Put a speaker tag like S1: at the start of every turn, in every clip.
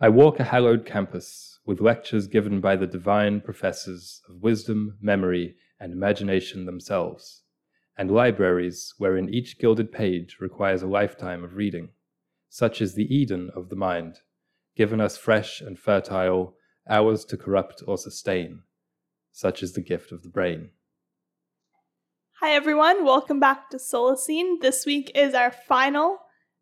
S1: I walk a hallowed campus with lectures given by the divine professors of wisdom, memory, and imagination themselves, and libraries wherein each gilded page requires a lifetime of reading. Such is the Eden of the mind, given us fresh and fertile, hours to corrupt or sustain. Such is the gift of the brain.
S2: Hi, everyone. Welcome back to Solacine. This week is our final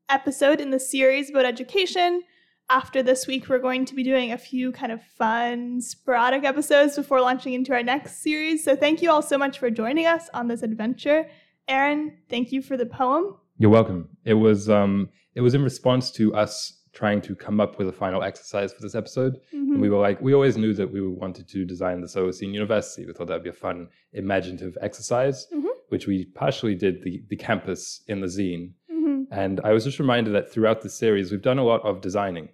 S2: episode in the series about education. After this week, we're going to be doing a few kind of fun, sporadic episodes before launching into our next series. So, thank you all so much for joining us on this adventure. Aaron, thank you for the poem.
S1: You're welcome. It was um, it was in response to us trying to come up with a final exercise for this episode. And
S2: Hmm.
S1: we were like, we always knew that we wanted to design the Solocene University. We thought that'd be a fun, imaginative exercise,
S2: Mhm.
S1: which we partially did the, the campus in the zine.
S2: Mhm.
S1: And I was just reminded that throughout the series, we've done a lot of designing.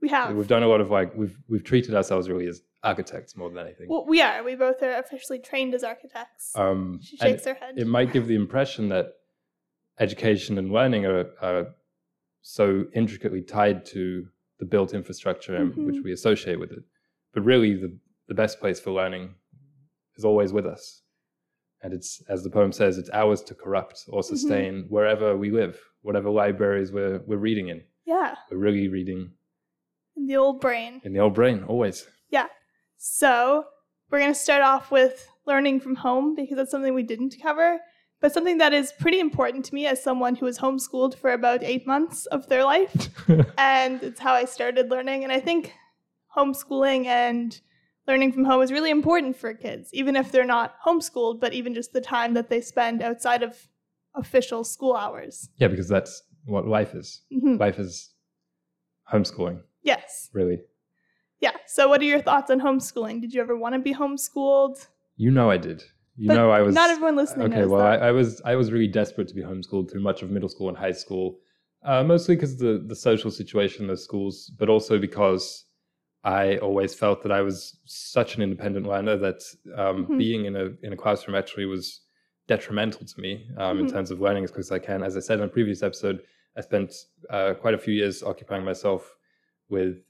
S2: We have.
S1: We've done a lot of like we've we've treated ourselves really as architects more than anything.
S2: Well, we are. We both are officially trained as architects.
S1: um,
S2: she
S1: and
S2: shakes her head.
S1: it might give the impression that education and learning are, are so intricately tied to the built infrastructure and
S2: Mhm.
S1: which we associate with it. But really, the, the best place for learning is always with us. And it's, as the poem says, it's ours to corrupt or sustain wherever we live, whatever libraries we're, we're reading in.
S2: yeah,
S1: We're really reading
S2: the old brain.
S1: in the old brain, always.
S2: So, we're going to start off with learning from home because that's something we didn't cover, but something that is pretty important to me as someone who was homeschooled for about eight months of their life. and it's how I started learning. And I think homeschooling and learning from home is really important for kids, even if they're not homeschooled, but even just the time that they spend outside of official school hours.
S1: yeah, because that's what life is.
S2: Mhm.
S1: Life is homeschooling,
S2: Yes.
S1: really.
S2: Yeah. So, what are your thoughts on homeschooling? Did you ever want to be homeschooled?
S1: You know I did. You
S2: But
S1: know I was.
S2: Not everyone listening
S1: okay,
S2: knows
S1: well, I,
S2: that.
S1: I was I was really desperate to be homeschooled through much of middle school and high school, uh, mostly because the the social situation in those schools, but also because I always felt that I was such an independent learner that um,
S2: Mhm.
S1: being in a in a classroom actually was detrimental to me um, in
S2: Mhm.
S1: terms of learning as quick as I can. As I said in a previous episode, I spent uh, quite a few years occupying myself with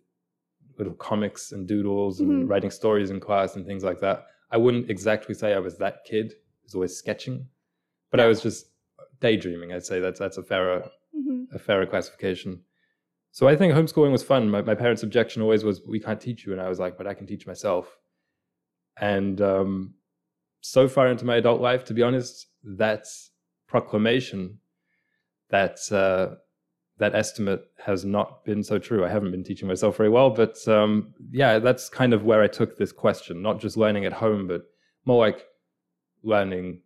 S1: little comics and doodles and
S2: Mhm.
S1: writing stories in class and things like that. I wouldn't exactly say I was that kid. I was always sketching, but I was just daydreaming. I'd say that's that's a fairer
S2: Mhm.
S1: a fairer classification. So I think homeschooling was fun. My, my parents' objection always was, "We can't teach you," and I was like, "But I can teach myself." And um, so far into my adult life, to be honest, that proclamation, that uh, that estimate has not been so true. I haven't been teaching myself very well, but um, yeah, that's kind of where I took this question. Not just learning at home, but more like learning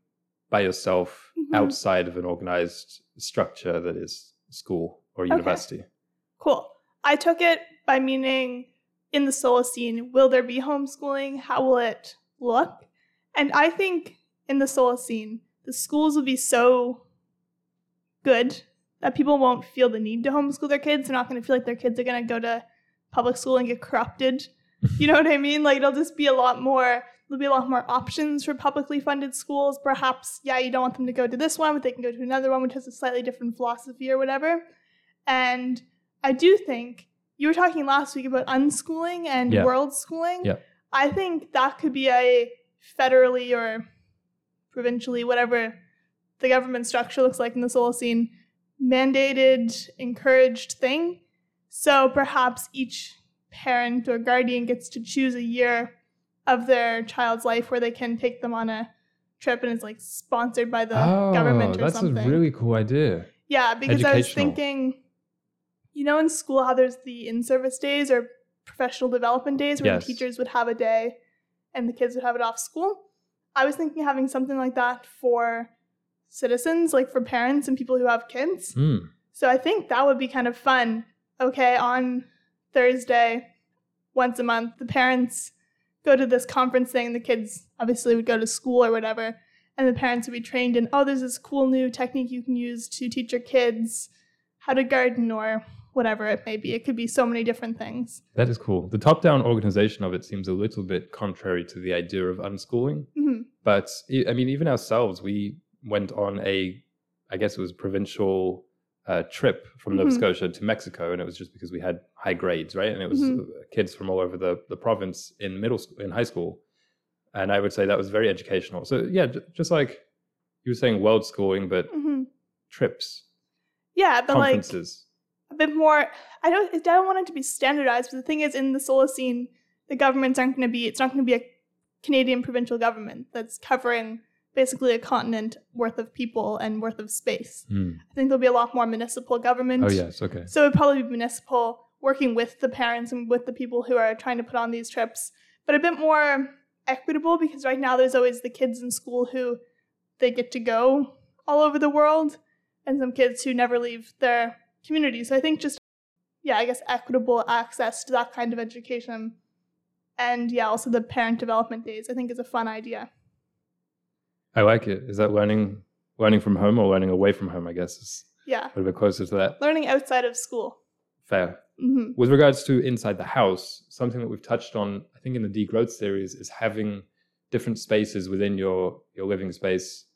S1: by yourself
S2: Mhm.
S1: outside of an organized structure that is school or university.
S2: Cool. I took it by meaning in the solo scene, will there be homeschooling? How will it look? And I think in the solo scene, the schools will be so good that people won't feel the need to homeschool their kids. They're not going to feel like their kids are going to go to public school and get corrupted. You know what I mean? Like it'll just be a lot more. There'll be a lot more options for publicly funded schools. Perhaps, yeah, you don't want them to go to this one, but they can go to another one which has a slightly different philosophy or whatever. And I do think you were talking last week about unschooling and
S1: Yeah.
S2: world schooling.
S1: Yeah.
S2: I think that could be a federally or provincially, whatever the government structure looks like in the solar scene, mandated, encouraged thing. So perhaps each parent or guardian gets to choose a year of their child's life where they can take them on a trip and it's like sponsored by the government or
S1: Oh, that's
S2: something.
S1: a really cool idea.
S2: Yeah, because I was
S1: Educational.
S2: thinking, you know, in school how there's the in-service days or professional development days where
S1: Yes.
S2: the teachers would have a day and the kids would have it off school. I was thinking having something like that for citizens, like for parents and people who have kids.
S1: Hmm.
S2: So I think that would be kind of fun. Okay, on Thursday, once a month, the parents go to this conference thing. The kids obviously would go to school or whatever, and the parents would be trained in, oh, there's this cool new technique you can use to teach your kids how to garden or whatever it may be. It could be so many different things.
S1: That is cool. The top down organization of it seems a little bit contrary to the idea of unschooling.
S2: Mhm.
S1: But e- I mean, even ourselves, we went on a, I guess it was provincial uh, trip from Nova
S2: Mhm.
S1: Scotia to Mexico. And it was just because we had high grades, right? And it was
S2: Mhm.
S1: uh, kids from all over the, the province in middle school, in high school. And I would say that was very educational. So, yeah, j- just like you were saying, world schooling, but
S2: hmm
S1: trips,
S2: Yeah, but like
S1: conferences.
S2: a bit more. I don't. I don't want it to be standardized. But the thing is, in the solar scene, the governments aren't going to be. It's not going to be a Canadian provincial government that's covering basically a continent worth of people and worth of space. I think there'll be a lot more municipal government.
S1: Hmm. Oh, yes. Okay.
S2: So it'd probably be municipal working with the parents and with the people who are trying to put on these trips, but a bit more equitable because right now there's always the kids in school who they get to go all over the world and some kids who never leave their community. So I think just yeah, I guess equitable access to that kind of education and yeah, also the parent development days I think is a fun idea.
S1: I like it. Is that learning learning from home or learning away from home? I guess is
S2: Yeah.
S1: a little bit closer to that.
S2: Learning outside of school.
S1: Fair.
S2: Mhm.
S1: With regards to inside the house, something that we've touched on, I think, in the degrowth series is having different spaces within your your living space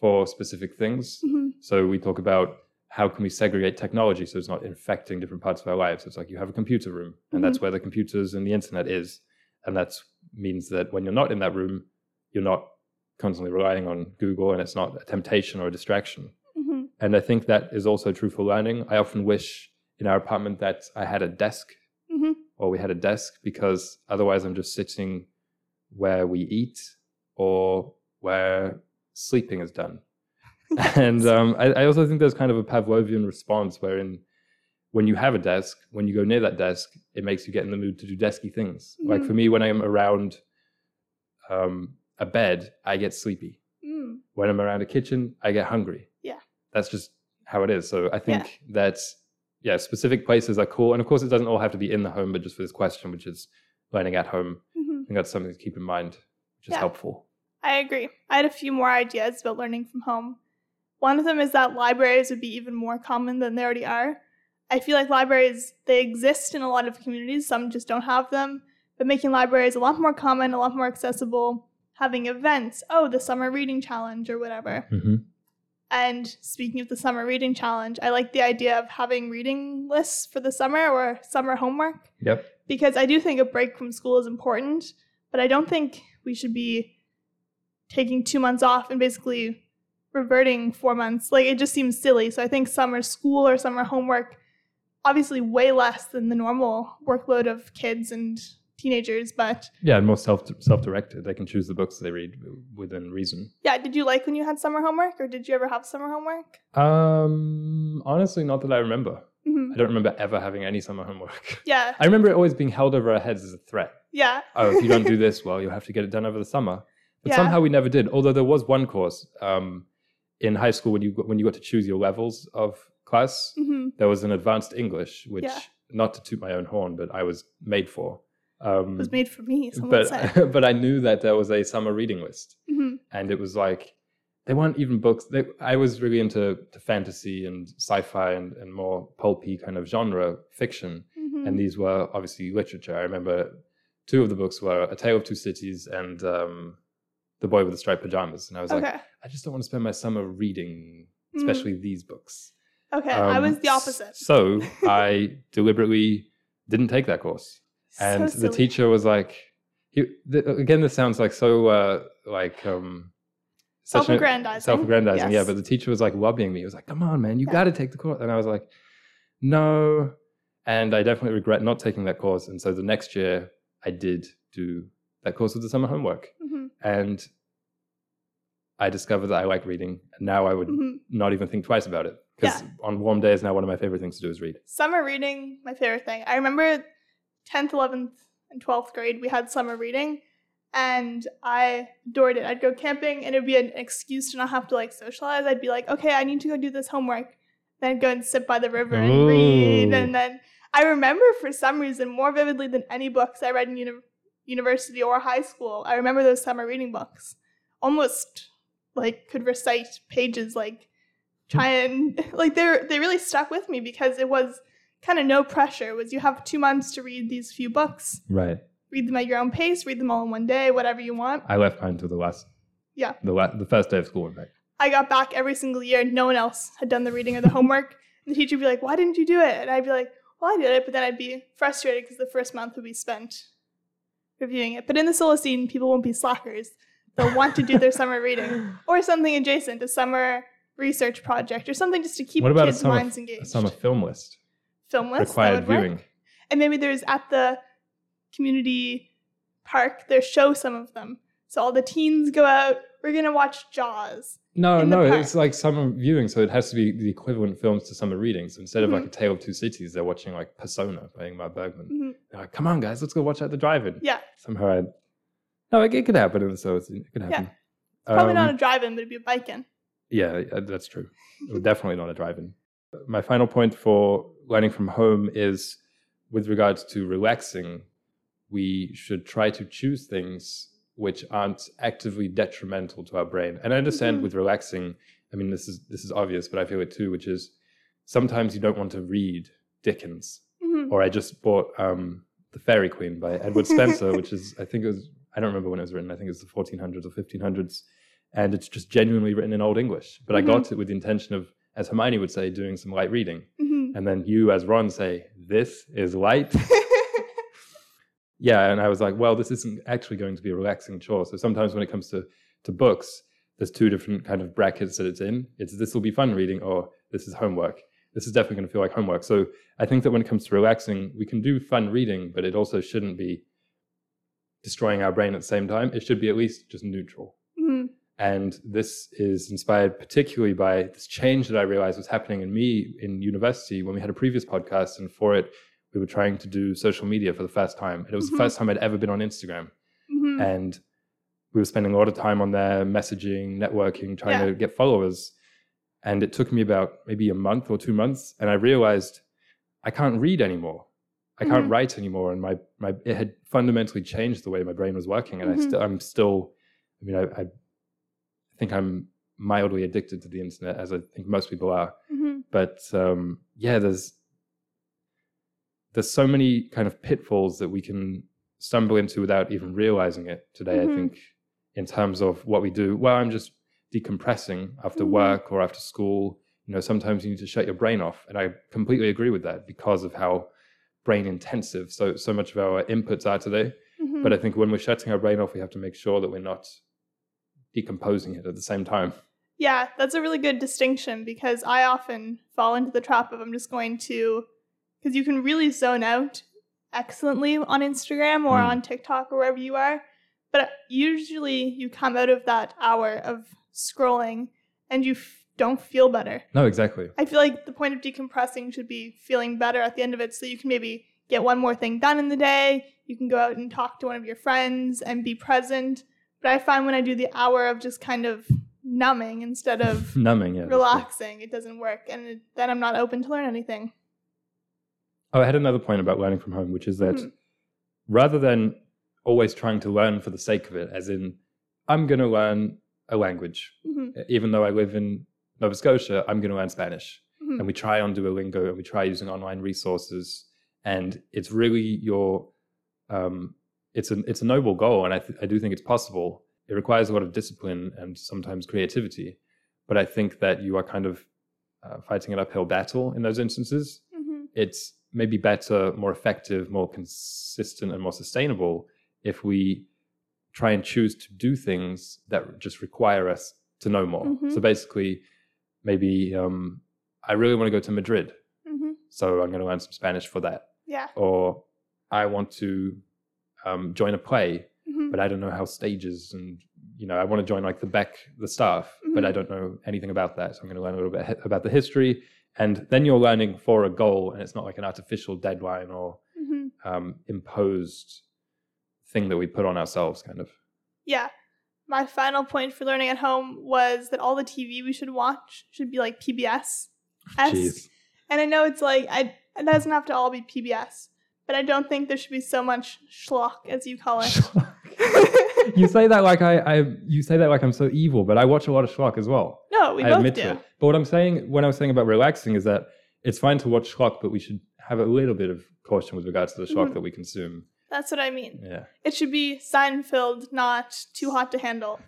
S1: for specific things.
S2: Mhm.
S1: So we talk about how can we segregate technology so it's not infecting different parts of our lives. It's like you have a computer room, and that's where the computers and the internet is, and that means that when you're not in that room, you're not constantly relying on Google, and it's not a temptation or a distraction.
S2: Mhm.
S1: And I think that is also true for learning. I often wish in our apartment that I had a desk
S2: Mhm.
S1: or we had a desk because otherwise I'm just sitting where we eat or where sleeping is done. and um, I, I also think there's kind of a Pavlovian response wherein when you have a desk, when you go near that desk, it makes you get in the mood to do desky things. Like
S2: Mhm.
S1: for me, when I'm around um, a bed, I get sleepy
S2: Mm.
S1: when I'm around a kitchen, I get hungry.
S2: Yeah.
S1: That's just how it is. So I think that, yeah, specific places are cool. And of course, it doesn't all have to be in the home, but just for this question, which is learning at home,
S2: Mhm.
S1: I think that's something to keep in mind, which is
S2: Yeah.
S1: helpful.
S2: I agree. I had a few more ideas about learning from home. One of them is that libraries would be even more common than they already are. I feel like libraries, they exist in a lot of communities, some just don't have them, but making libraries a lot more common, a lot more accessible, having events, oh, the summer reading challenge or whatever.
S1: Mm-hmm.
S2: And speaking of the summer reading challenge, I like the idea of having reading lists for the summer or summer homework
S1: Yep.
S2: because I do think a break from school is important, but I don't think we should be taking two months off and basically reverting four months. Like it just seems silly. So I think summer school or summer homework, obviously way less than the normal workload of kids and teenagers. But
S1: Yeah, and more self self directed. They can choose the books they read within reason.
S2: yeah, did you like when you had summer homework or did you ever have summer homework?
S1: Um, honestly, not that I remember.
S2: hmm
S1: I don't remember ever having any summer homework.
S2: Yeah,
S1: I remember it always being held over our heads as a threat.
S2: yeah.
S1: oh, if you don't do this, well, you'll have to get it done over the summer. But
S2: Yeah.
S1: somehow we never did. Although there was one course um, in high school when you got- when you got to choose your levels of class,
S2: hmm
S1: there was an advanced English, which
S2: Yeah.
S1: not to toot my own horn, but I was made for. Um,
S2: It was made for me. Someone said.
S1: but but I knew that there was a summer reading list,
S2: hmm
S1: and it was like they weren't even books. They, I was really into to fantasy and sci-fi and, and more pulpy kind of genre fiction
S2: hmm
S1: and these were obviously literature. I remember two of the books were A Tale of Two Cities and um, The Boy with the Striped Pajamas, and I was
S2: okay.
S1: like, I just don't want to spend my summer reading,
S2: Mm.
S1: especially these books.
S2: okay. I
S1: Um,
S2: was the opposite.
S1: So I deliberately didn't take that course,
S2: So
S1: and the
S2: silly.
S1: teacher was like, he, th- "Again, this sounds like so uh, like." Um, such an-
S2: Self-aggrandizing.
S1: self-aggrandizing, yeah.
S2: Yes.
S1: But the teacher was like lobbying me. He was like, "Come on, man, you
S2: Yeah.
S1: got to take the course." And I was like, "No," and I definitely regret not taking that course. And so the next year, I did do that course with the summer homework,
S2: Mhm,
S1: and I discovered that I like reading. And now I would
S2: mhm.
S1: not even think twice about it because on warm days now, one of my favorite things to do is read.
S2: summer reading my favorite thing i remember 10th 11th and 12th grade we had summer reading and i adored it i'd go camping and it would be an excuse to not have to like socialize i'd be like okay i need to go do this homework then I'd go and sit by the river and read
S1: Ooh.
S2: and then i remember for some reason more vividly than any books i read in uni- university or high school i remember those summer reading books almost like could recite pages like try and like they are they really stuck with me because it was kind of no pressure It was you have two months to read these few books
S1: Right.
S2: read them at your own pace read them all in one day whatever you want
S1: I left mine till the last.
S2: Yeah.
S1: The la- the first day of school, in fact.
S2: i got back every single year no one else had done the reading or the homework and the teacher would be like why didn't you do it and i'd be like well, I did it, but then I'd be frustrated because the first month would be spent reviewing it. But in the solo scene, people won't be slackers. They'll want to do their summer reading or something adjacent, a summer research project or something just to keep
S1: what about a
S2: kids'
S1: summer,
S2: minds engaged.
S1: a summer film list?
S2: Film list. that
S1: required
S2: would work.
S1: viewing.
S2: And maybe there's at the community park, there show some of them. So all the teens go out, we're going to watch Jaws.
S1: No,
S2: in the
S1: no,
S2: park.
S1: it's like summer viewing, so it has to be the equivalent films to summer readings. Instead of
S2: Mm-hmm.
S1: like a Tale of Two Cities, they're watching like Persona by Ingmar Bergman.
S2: Mhm.
S1: They're like, come on, guys, let's go watch at the drive-in.
S2: Yeah.
S1: Somehow, I no, it, it could happen in the summer. It could happen.
S2: Probably
S1: Um,
S2: not a drive in, but it'd be a bike in.
S1: Yeah, uh, that's true. Well, Definitely not a drive-in. My final point for learning from home is with regards to relaxing, we should try to choose things which aren't actively detrimental to our brain. And I understand
S2: Mhm.
S1: with relaxing, I mean this is this is obvious, but I feel it too, which is sometimes you don't want to read Dickens.
S2: Mhm.
S1: Or I just bought um, The Fairy Queen by Edward Spencer, which is I think it was I don't remember when it was written. I think it was the 1400s or 1500s and it's just genuinely written in Old English. But
S2: Mhm.
S1: I got it with the intention of, as Hermione would say, doing some light reading.
S2: Mhm.
S1: And then you, as Ron, say, This is light. yeah. And I was like, Well, this isn't actually going to be a relaxing chore. So sometimes when it comes to, to books, there's two different kind of brackets that it's in. It's this will be fun reading or this is homework. This is definitely going to feel like homework. So I think that when it comes to relaxing, we can do fun reading, but it also shouldn't be destroying our brain at the same time. It should be at least just neutral.
S2: Mhm.
S1: And this is inspired particularly by this change that I realized was happening in me in university when we had a previous podcast. And for it, we were trying to do social media for the first time. And it was
S2: Mhm.
S1: the first time I'd ever been on Instagram.
S2: Mhm.
S1: And we were spending a lot of time on there, messaging, networking, trying to get followers. And it took me about maybe a month or two months. And I realized I can't read anymore. I can't
S2: Mhm.
S1: write anymore. And my, my, it had fundamentally changed the way my brain was working. And
S2: Mhm.
S1: I still, I'm still, I mean, I, I think I'm mildly addicted to the internet as I think most people are
S2: Mhm.
S1: but um, yeah, there's there's so many kind of pitfalls that we can stumble into without even realizing it today.
S2: Mhm.
S1: I think in terms of what we do. Well, I'm just decompressing after
S2: Mhm.
S1: work or after school. You know, sometimes you need to shut your brain off, and I completely agree with that because of how brain intensive so so much of our inputs are today.
S2: Mhm.
S1: But uh, I think when we're shutting our brain off, we have to make sure that we're not decomposing it at the same time.
S2: Yeah, that's a really good distinction because I often fall into the trap of I'm just going to, because you can really zone out excellently on Instagram or
S1: Mm.
S2: on TikTok or wherever you are. But usually you come out of that hour of scrolling and you f- don't feel better.
S1: No, exactly.
S2: I feel like the point of decompressing should be feeling better at the end of it so you can maybe get one more thing done in the day. You can go out and talk to one of your friends and be present. But I find when I do the hour of just kind of numbing instead of
S1: Numbing, yeah. that's true.
S2: relaxing, it doesn't work. And it, then I'm not open to learn anything.
S1: Oh, I had another point about learning from home, which is that
S2: Mhm.
S1: rather than always trying to learn for the sake of it, as in, I'm going to learn a language.
S2: hmm
S1: Even though I live in Nova Scotia, I'm going to learn Spanish.
S2: hmm
S1: And we try on Duolingo and we try using online resources. And it's really your, um, it's, an, it's a noble goal. And I, th- I do think it's possible. It requires a lot of discipline and sometimes creativity. But I think that you are kind of uh, fighting an uphill battle in those instances
S2: hmm
S1: it's maybe better, more effective, more consistent, and more sustainable if we try and choose to do things that just require us to know more.
S2: Mhm.
S1: So basically, maybe um, I really want to go to Madrid,
S2: hmm
S1: so I'm going to learn some Spanish for that.
S2: Yeah.
S1: Or I want to um, join a play,
S2: hmm
S1: but I don't know how stages and you know I want to join like the back the staff, but
S2: Mhm.
S1: I don't know anything about that, so I'm going to learn a little bit about the history, and then you're learning for a goal, and it's not like an artificial deadline or
S2: hmm
S1: um, imposed thing that we put on ourselves, kind of.
S2: Yeah. My final point for learning at home was that all the TV we should watch should be like PBS.
S1: Jeez.
S2: And I know it's like I it doesn't have to all be PBS, but I don't think there should be so much schlock as you call it.
S1: you say that like I, I, you say that like I'm so evil, but I watch a lot of schlock as well.
S2: no, we
S1: I
S2: both
S1: admit
S2: do.
S1: to it. But what I'm saying, when I was saying about relaxing, is that it's fine to watch schlock, but we should have a little bit of caution with regards to the schlock
S2: Mhm.
S1: that we consume.
S2: That's what I mean.
S1: Yeah.
S2: It should be Seinfeld, not too hot to handle.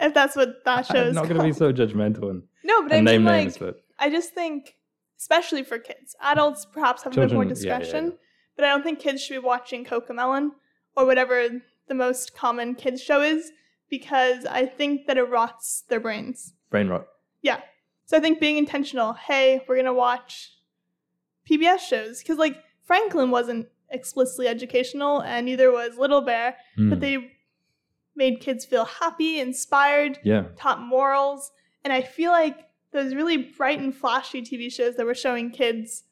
S2: if that's what that show
S1: I'm
S2: is
S1: not
S2: called.
S1: going to be so judgmental and,
S2: no, but I
S1: and
S2: mean,
S1: name
S2: like,
S1: names, but
S2: I just think especially for kids. Adults perhaps have a bit
S1: Children,
S2: more
S1: yeah, yeah,
S2: discretion,
S1: yeah.
S2: but I don't think kids should be watching Cocomelon or whatever the most common kids show is because I think that it rots their brains.
S1: Brain rot.
S2: So I think being intentional, hey, we're gonna watch PBS shows because like Franklin wasn't explicitly educational, and neither was Little Bear,
S1: Mm.
S2: but they made kids feel happy, inspired,
S1: yeah.
S2: taught morals. And I feel like those really bright and flashy TV shows that were showing kids,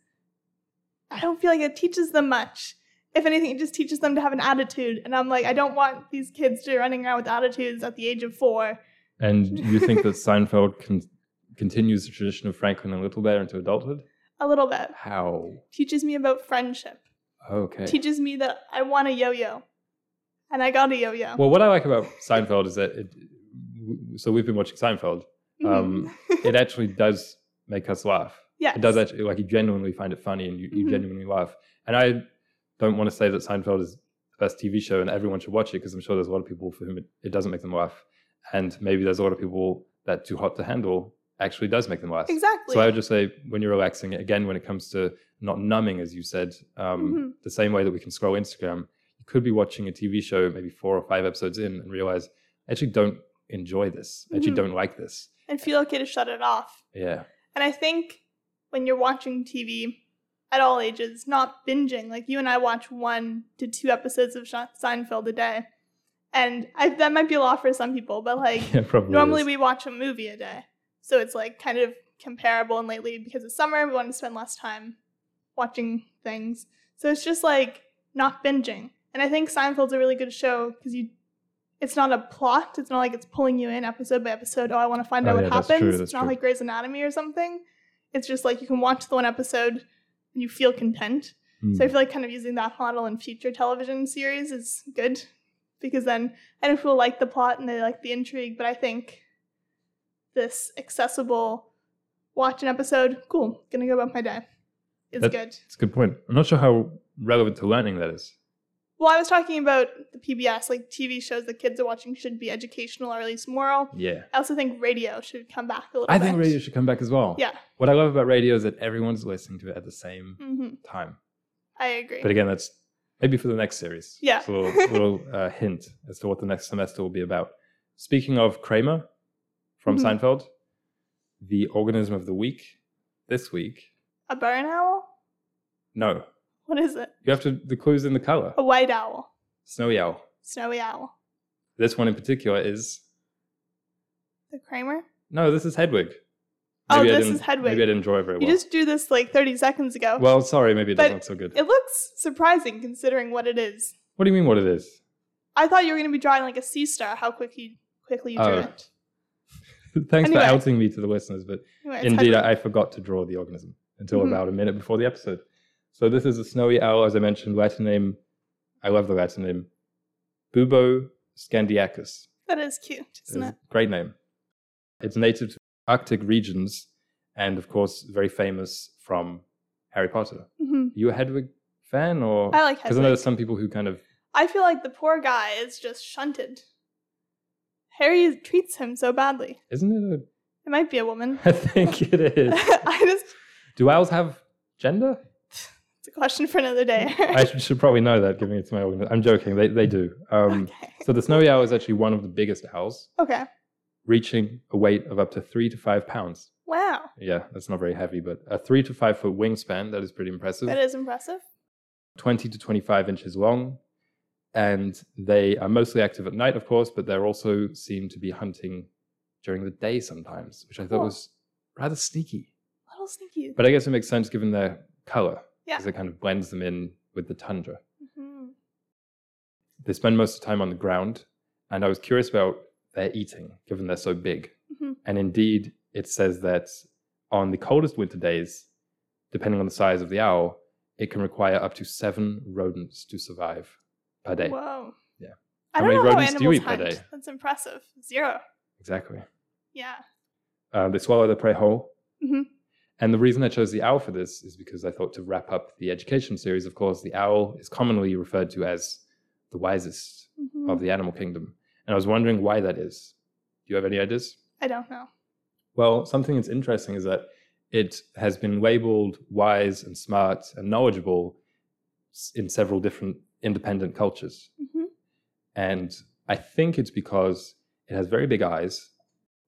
S2: I don't feel like it teaches them much. If anything, it just teaches them to have an attitude. And I'm like, I don't want these kids to be running around with attitudes at the age of four.
S1: And you think that Seinfeld con- continues the tradition of Franklin and Little Bear into adulthood?
S2: A little bit.
S1: How?
S2: Teaches me about friendship.
S1: Okay.
S2: Teaches me that I want a yo yo. And I got a yo yo.
S1: Well, what I like about Seinfeld is that it, so we've been watching Seinfeld.
S2: Mm-hmm.
S1: Um, it actually does make us laugh.
S2: yes.
S1: It does actually, like, you genuinely find it funny and you, you
S2: Mhm.
S1: genuinely laugh. And I don't want to say that Seinfeld is the best TV show and everyone should watch it because I'm sure there's a lot of people for whom it, it doesn't make them laugh. And maybe there's a lot of people that Too Hot to Handle actually does make them laugh.
S2: Exactly.
S1: So I would just say when you're relaxing, again, when it comes to not numbing, as you said, um,
S2: Mhm.
S1: the same way that we can scroll Instagram, you could be watching a TV show maybe four or five episodes in and realize, I actually don't enjoy this. I actually
S2: Mhm.
S1: don't like this.
S2: and feel okay to shut it off.
S1: Yeah.
S2: And I think when you're watching TV at all ages, not binging, like you and I watch one to two episodes of Sha- Seinfeld a day. And I, that might be a lot for some people, but like
S1: yeah probably.
S2: normally
S1: is.
S2: we watch a movie a day. So it's like kind of comparable. And lately, because it's summer, we want to spend less time watching things. So it's just like not binging. And I think Seinfeld's a really good show because you. It's not a plot. It's not like it's pulling you in episode by episode. Oh, I want to find
S1: Oh,
S2: out what
S1: yeah, that's
S2: happens.
S1: true, that's
S2: it's not
S1: true.
S2: like Grey's Anatomy or something. It's just like you can watch the one episode and you feel content.
S1: Mm.
S2: So I feel like kind of using that model in future television series is good because then I don't feel like the plot and they like the intrigue, but I think this accessible watch an episode, cool, gonna go about my day, is
S1: That-
S2: good.
S1: It's a good point. I'm not sure how relevant to learning that is.
S2: Well, I was talking about the PBS, like TV shows that kids are watching should be educational or at least moral.
S1: Yeah.
S2: I also think radio should come back a little
S1: I
S2: bit.
S1: think radio should come back as well.
S2: Yeah.
S1: What I love about radio is that everyone's listening to it at the same
S2: hmm
S1: time.
S2: I agree.
S1: But again, that's maybe for the next series.
S2: Yeah.
S1: Just a little, little uh, hint as to what the next semester will be about. Speaking of Kramer from
S2: Mhm.
S1: Seinfeld, the organism of the week this week.
S2: a barn owl?
S1: No,
S2: What is it?
S1: you have to. The clues in the color.
S2: A white owl.
S1: Snowy owl.
S2: Snowy owl.
S1: This one in particular is
S2: The Kramer?
S1: no. This is Hedwig.
S2: Oh,
S1: Maybe I
S2: this
S1: didn't-
S2: is Hedwig.
S1: Maybe I didn't draw it very
S2: You
S1: well.
S2: just drew this like 30 seconds ago.
S1: well, sorry. Maybe it doesn't
S2: But
S1: look so good.
S2: it looks surprising considering what it is.
S1: what do you mean? What it is?
S2: I thought you were going to be drawing like a sea star. How quick you, quickly you drew
S1: Oh.
S2: it.
S1: Thanks
S2: Anyway.
S1: for outing me to the listeners, but
S2: Anyway, it's
S1: Indeed,
S2: Hedwig.
S1: I, I forgot to draw the organism until
S2: Mhm.
S1: about a minute before the episode. So this is a snowy owl, as I mentioned, Latin name. I love the Latin name, Bubo scandiacus.
S2: that is cute, isn't
S1: It's
S2: it?
S1: a Great name. It's native to Arctic regions, and of course, very famous from Harry Potter.
S2: hmm
S1: Are you a Hedwig fan, or
S2: I like
S1: because I know
S2: Hedwig.
S1: there's some people who kind of
S2: I feel like the poor guy is just shunted. Harry treats him so badly.
S1: isn't it?
S2: It might be a woman.
S1: A, I think it is.
S2: I just,
S1: Do owls have gender?
S2: it's a question for another day.
S1: I should, should probably know that, giving it to my organism. I'm joking. They they do. Um,
S2: okay.
S1: So the snowy owl is actually one of the biggest owls,
S2: Okay.
S1: reaching a weight of up to three to five pounds.
S2: Wow.
S1: Yeah, that's not very heavy, but a three to five foot wingspan, that is pretty impressive.
S2: That is impressive.
S1: 20 to 25 inches long. And they are mostly active at night, of course, but they're also seen to be hunting during the day sometimes, which I thought
S2: Cool.
S1: was rather sneaky.
S2: Little sneaky.
S1: But I guess it makes sense given their color,
S2: Yeah.
S1: because it kind of blends them in with the tundra.
S2: Mhm.
S1: They spend most of the time on the ground, and I was curious about their eating, given they're so big.
S2: Mhm.
S1: And indeed, it says that on the coldest winter days, depending on the size of the owl, it can require up to seven rodents to survive per day.
S2: Whoa.
S1: Yeah.
S2: I
S1: How
S2: don't
S1: many
S2: know how
S1: rodents do you
S2: animals
S1: eat per
S2: hunt.
S1: day?
S2: That's impressive. Zero.
S1: Exactly.
S2: Yeah.
S1: Uh, they swallow their prey whole.
S2: Mhm.
S1: And the reason I chose the owl for this is because I thought to wrap up the education series, of course, the owl is commonly referred to as the wisest
S2: Mhm.
S1: of the animal kingdom. And I was wondering why that is. Do you have any ideas?
S2: I don't know.
S1: Well, something that's interesting is that it has been labeled wise and smart and knowledgeable s- in several different independent cultures.
S2: Mhm.
S1: And I think it's because it has very big eyes.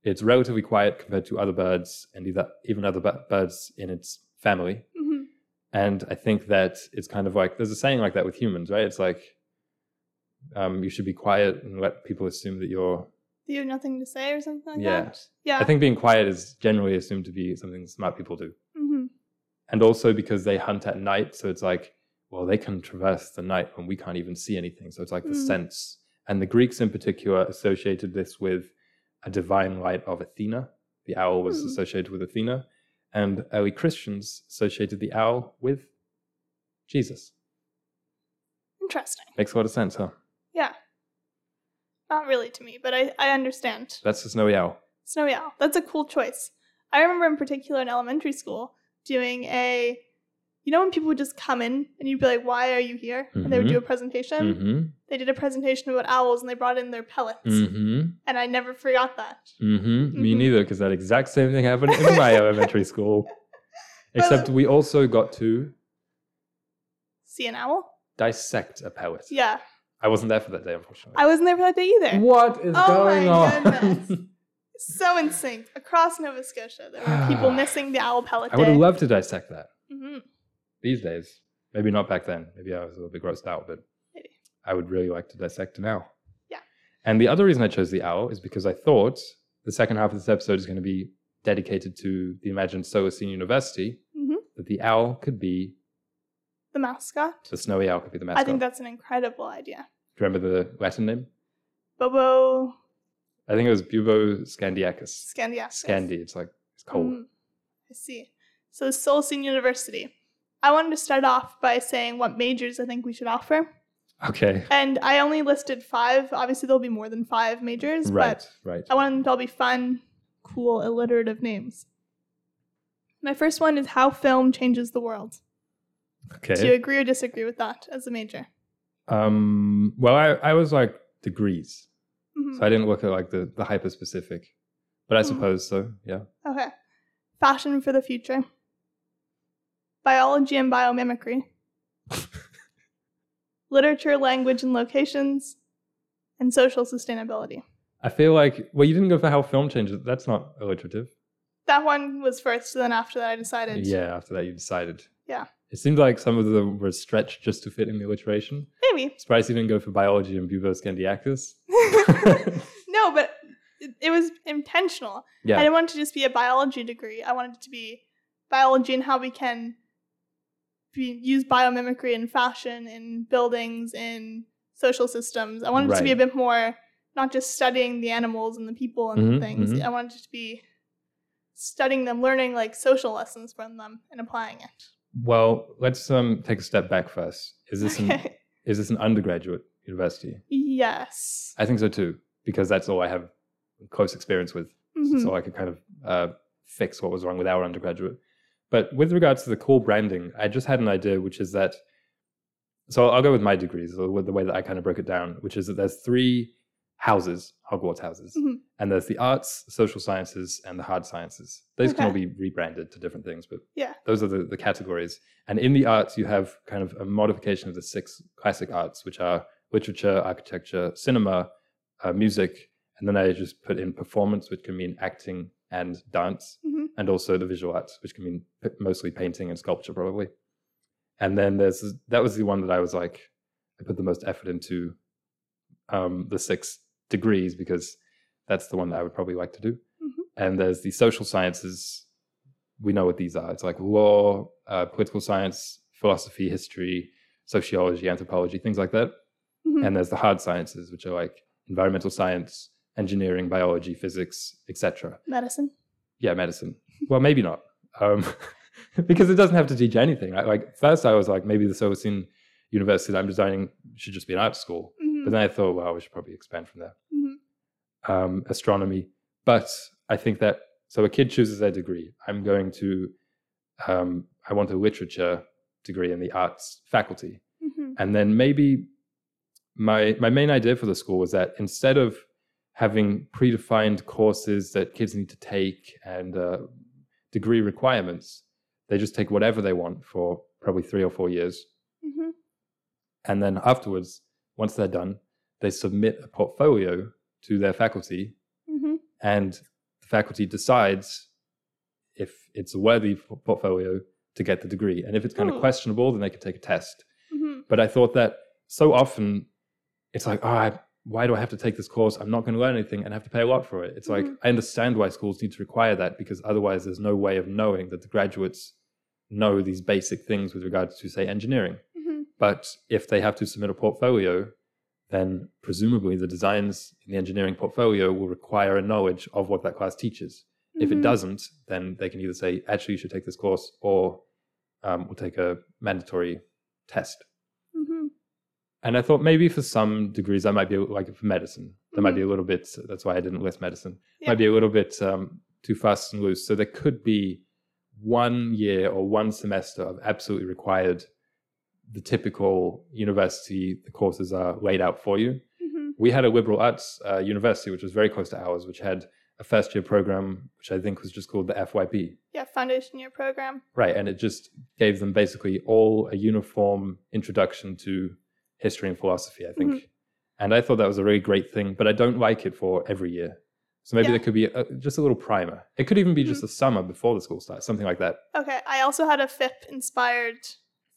S1: It's relatively quiet compared to other birds and either, even other bu- birds in its family.
S2: Mhm.
S1: And I think that it's kind of like there's a saying like that with humans, right? It's like um, you should be quiet and let people assume that you're.
S2: Do you have nothing to say or something like
S1: Yeah.
S2: that? Yeah.
S1: I think being quiet is generally assumed to be something smart people do.
S2: hmm
S1: and also because they hunt at night so it's like well they can traverse the night when we can't even see anything so it's like the
S2: Mm.
S1: sense and the greeks in particular associated this with a divine light of athena the owl was
S2: Hmm.
S1: associated with athena and early christians associated the owl with jesus
S2: Interesting.
S1: makes a lot of sense huh
S2: Not really to me, but I, I understand.
S1: that's the snowy owl
S2: Snowy owl. That's a cool choice. I remember in particular in elementary school doing a, you know, when people would just come in and you'd be like, "Why are you here?" and they would
S1: Mhm.
S2: do a presentation.
S1: mm-hmm
S2: They did a presentation about owls and they brought in their pellets,
S1: mm-hmm
S2: and I never forgot that.
S1: mm-hmm me
S2: Mhm.
S1: neither because that exact same thing happened in my elementary school except we also got to
S2: See an owl?
S1: dissect a pellet
S2: Yeah,
S1: I wasn't there for that day, unfortunately.
S2: I wasn't there for that day either.
S1: what is
S2: Oh
S1: going
S2: my
S1: on?
S2: goodness. So in sync across Nova Scotia, there were people missing the owl pellet.
S1: I would have
S2: day.
S1: loved to dissect that
S2: Mhm.
S1: these days. Maybe not back then. Maybe I was a little bit grossed out, but
S2: Maybe.
S1: I would really like to dissect an owl.
S2: Yeah.
S1: And the other reason I chose the owl is because I thought the second half of this episode is going to be dedicated to the imagined Solocene University,
S2: Mhm.
S1: that the owl could be,
S2: The mascot.
S1: the snowy owl could be the mascot.
S2: I think that's an incredible idea.
S1: Do you remember the Latin name?
S2: Bobo
S1: I think it was Bubo scandiacus.
S2: Scandiascus.
S1: Scandi, it's like, it's cold.
S2: Mm, I see. So Solstein University. I wanted to start off by saying what majors I think we should offer. Mm.
S1: Okay.
S2: And I only listed five. Obviously, there'll be more than five majors,
S1: Right, right.
S2: but I want them to all be fun, cool, alliterative names. My first one is How Film Changes the World. Do you
S1: Okay.
S2: agree or disagree with that as a major?
S1: Um, well, I, I was like degrees.
S2: Mhm.
S1: So I didn't look at like the, the hyper specific, but I
S2: Mhm.
S1: suppose so. Yeah.
S2: Okay. Fashion for the Future. Biology and Biomimicry. Literature, Language and Locations. And Social Sustainability.
S1: I feel like, well, you didn't go for how film changes. That's not alliterative.
S2: That one was first, and then after that, I decided.
S1: Yeah. After that, you decided.
S2: Yeah.
S1: It seemed like some of them were stretched just to fit in the alliteration.
S2: Maybe.
S1: Surprised you didn't go for biology and bubo scandiacus.
S2: no, but it, it was intentional. I
S1: yeah.
S2: didn't want it to just be a biology degree. I wanted it to be biology and how we can be, use biomimicry in fashion, in buildings, in social systems. I wanted it to be a
S1: Right.
S2: bit more, not just studying the animals and the people and the
S1: Mhm,
S2: things.
S1: mhm.
S2: I wanted it to be studying them, learning like social lessons from them, and applying it.
S1: Well, let's um, take a step back first. Is this, an,
S2: Okay.
S1: is this an undergraduate university?
S2: Yes.
S1: I think so too, because that's all I have close experience with.
S2: Mhm.
S1: so I could kind of uh, fix what was wrong with our undergraduate. But with regards to the core branding, I just had an idea, which is that. So I'll go with my degrees, or with the way that I kind of broke it down, which is that there's three houses, Hogwarts houses,
S2: Mhm.
S1: and there's the arts, social sciences, and the hard sciences. Those can
S2: Okay.
S1: all be rebranded to different things, but
S2: Yeah.
S1: those are the, the categories. And in the arts, you have kind of a modification of the six classic arts, which are literature, architecture, cinema, uh, music, and then I just put in performance, which can mean acting and dance,
S2: Mhm.
S1: and also the visual arts, which can mean p- mostly painting and sculpture, probably. And then there's that was the one that I was like, I put the most effort into um, the six degrees because that's the one that I would probably like to do.
S2: Mhm.
S1: And there's the social sciences. We know what these are. It's like law, uh, political science, philosophy, history, sociology, anthropology, things like that
S2: Mhm.
S1: and there's the hard sciences which are like environmental science engineering biology physics etc
S2: Medicine.
S1: yeah medicine well maybe not um, because it doesn't have to teach anything right? like first i was like maybe the Solocene university that i'm designing should just be an art school
S2: Mhm.
S1: but then i thought well we should probably expand from there
S2: Mhm.
S1: um, astronomy but i think that so a kid chooses their degree i'm going to um, i want a literature degree in the arts faculty
S2: Mhm.
S1: and then maybe my my main idea for the school was that instead of having predefined courses that kids need to take and uh, degree requirements. They just take whatever they want for probably three or four years.
S2: hmm
S1: And then afterwards, once they're done, they submit a portfolio to their faculty,
S2: hmm
S1: and the faculty decides if it's a worthy p- portfolio to get the degree. And if it's kind
S2: Hmm.
S1: of questionable, then they can take a test.
S2: hmm
S1: But I thought that so often it's like, oh, I, why do I have to take this course? I'm not going to learn anything and I have to pay a lot for it. It's like,
S2: Mhm.
S1: I understand why schools need to require that because otherwise there's no way of knowing that the graduates know these basic things with regards to, say, engineering.
S2: hmm
S1: But if they have to submit a portfolio, then presumably the designs in the engineering portfolio will require a knowledge of what that class teaches. If it
S2: Mm-hmm.
S1: doesn't, then they can either say, actually, you should take this course or um, we'll take a mandatory test.
S2: hmm
S1: And I thought maybe for some degrees I might be like for medicine. That might be a little bit. That's why I didn't list medicine.
S2: Yeah.
S1: Might be a little bit um, too fast and loose. So there could be one year or one semester of absolutely required. The typical university, the courses are laid out for you.
S2: hmm
S1: We had a liberal arts uh, university, which was very close to ours, which had a first year program, which I think was just called the FYP.
S2: Yeah, foundation year program.
S1: Right. And it just gave them basically all a uniform introduction to history and philosophy, I think.
S2: Mm-hmm.
S1: And I thought that was a really great thing, but I don't like it for every year. So maybe
S2: Yeah. Mm-hmm.
S1: there could be a, just a little primer. It could even be just a summer before the school starts, something like that.
S2: Okay, I also had a FIP inspired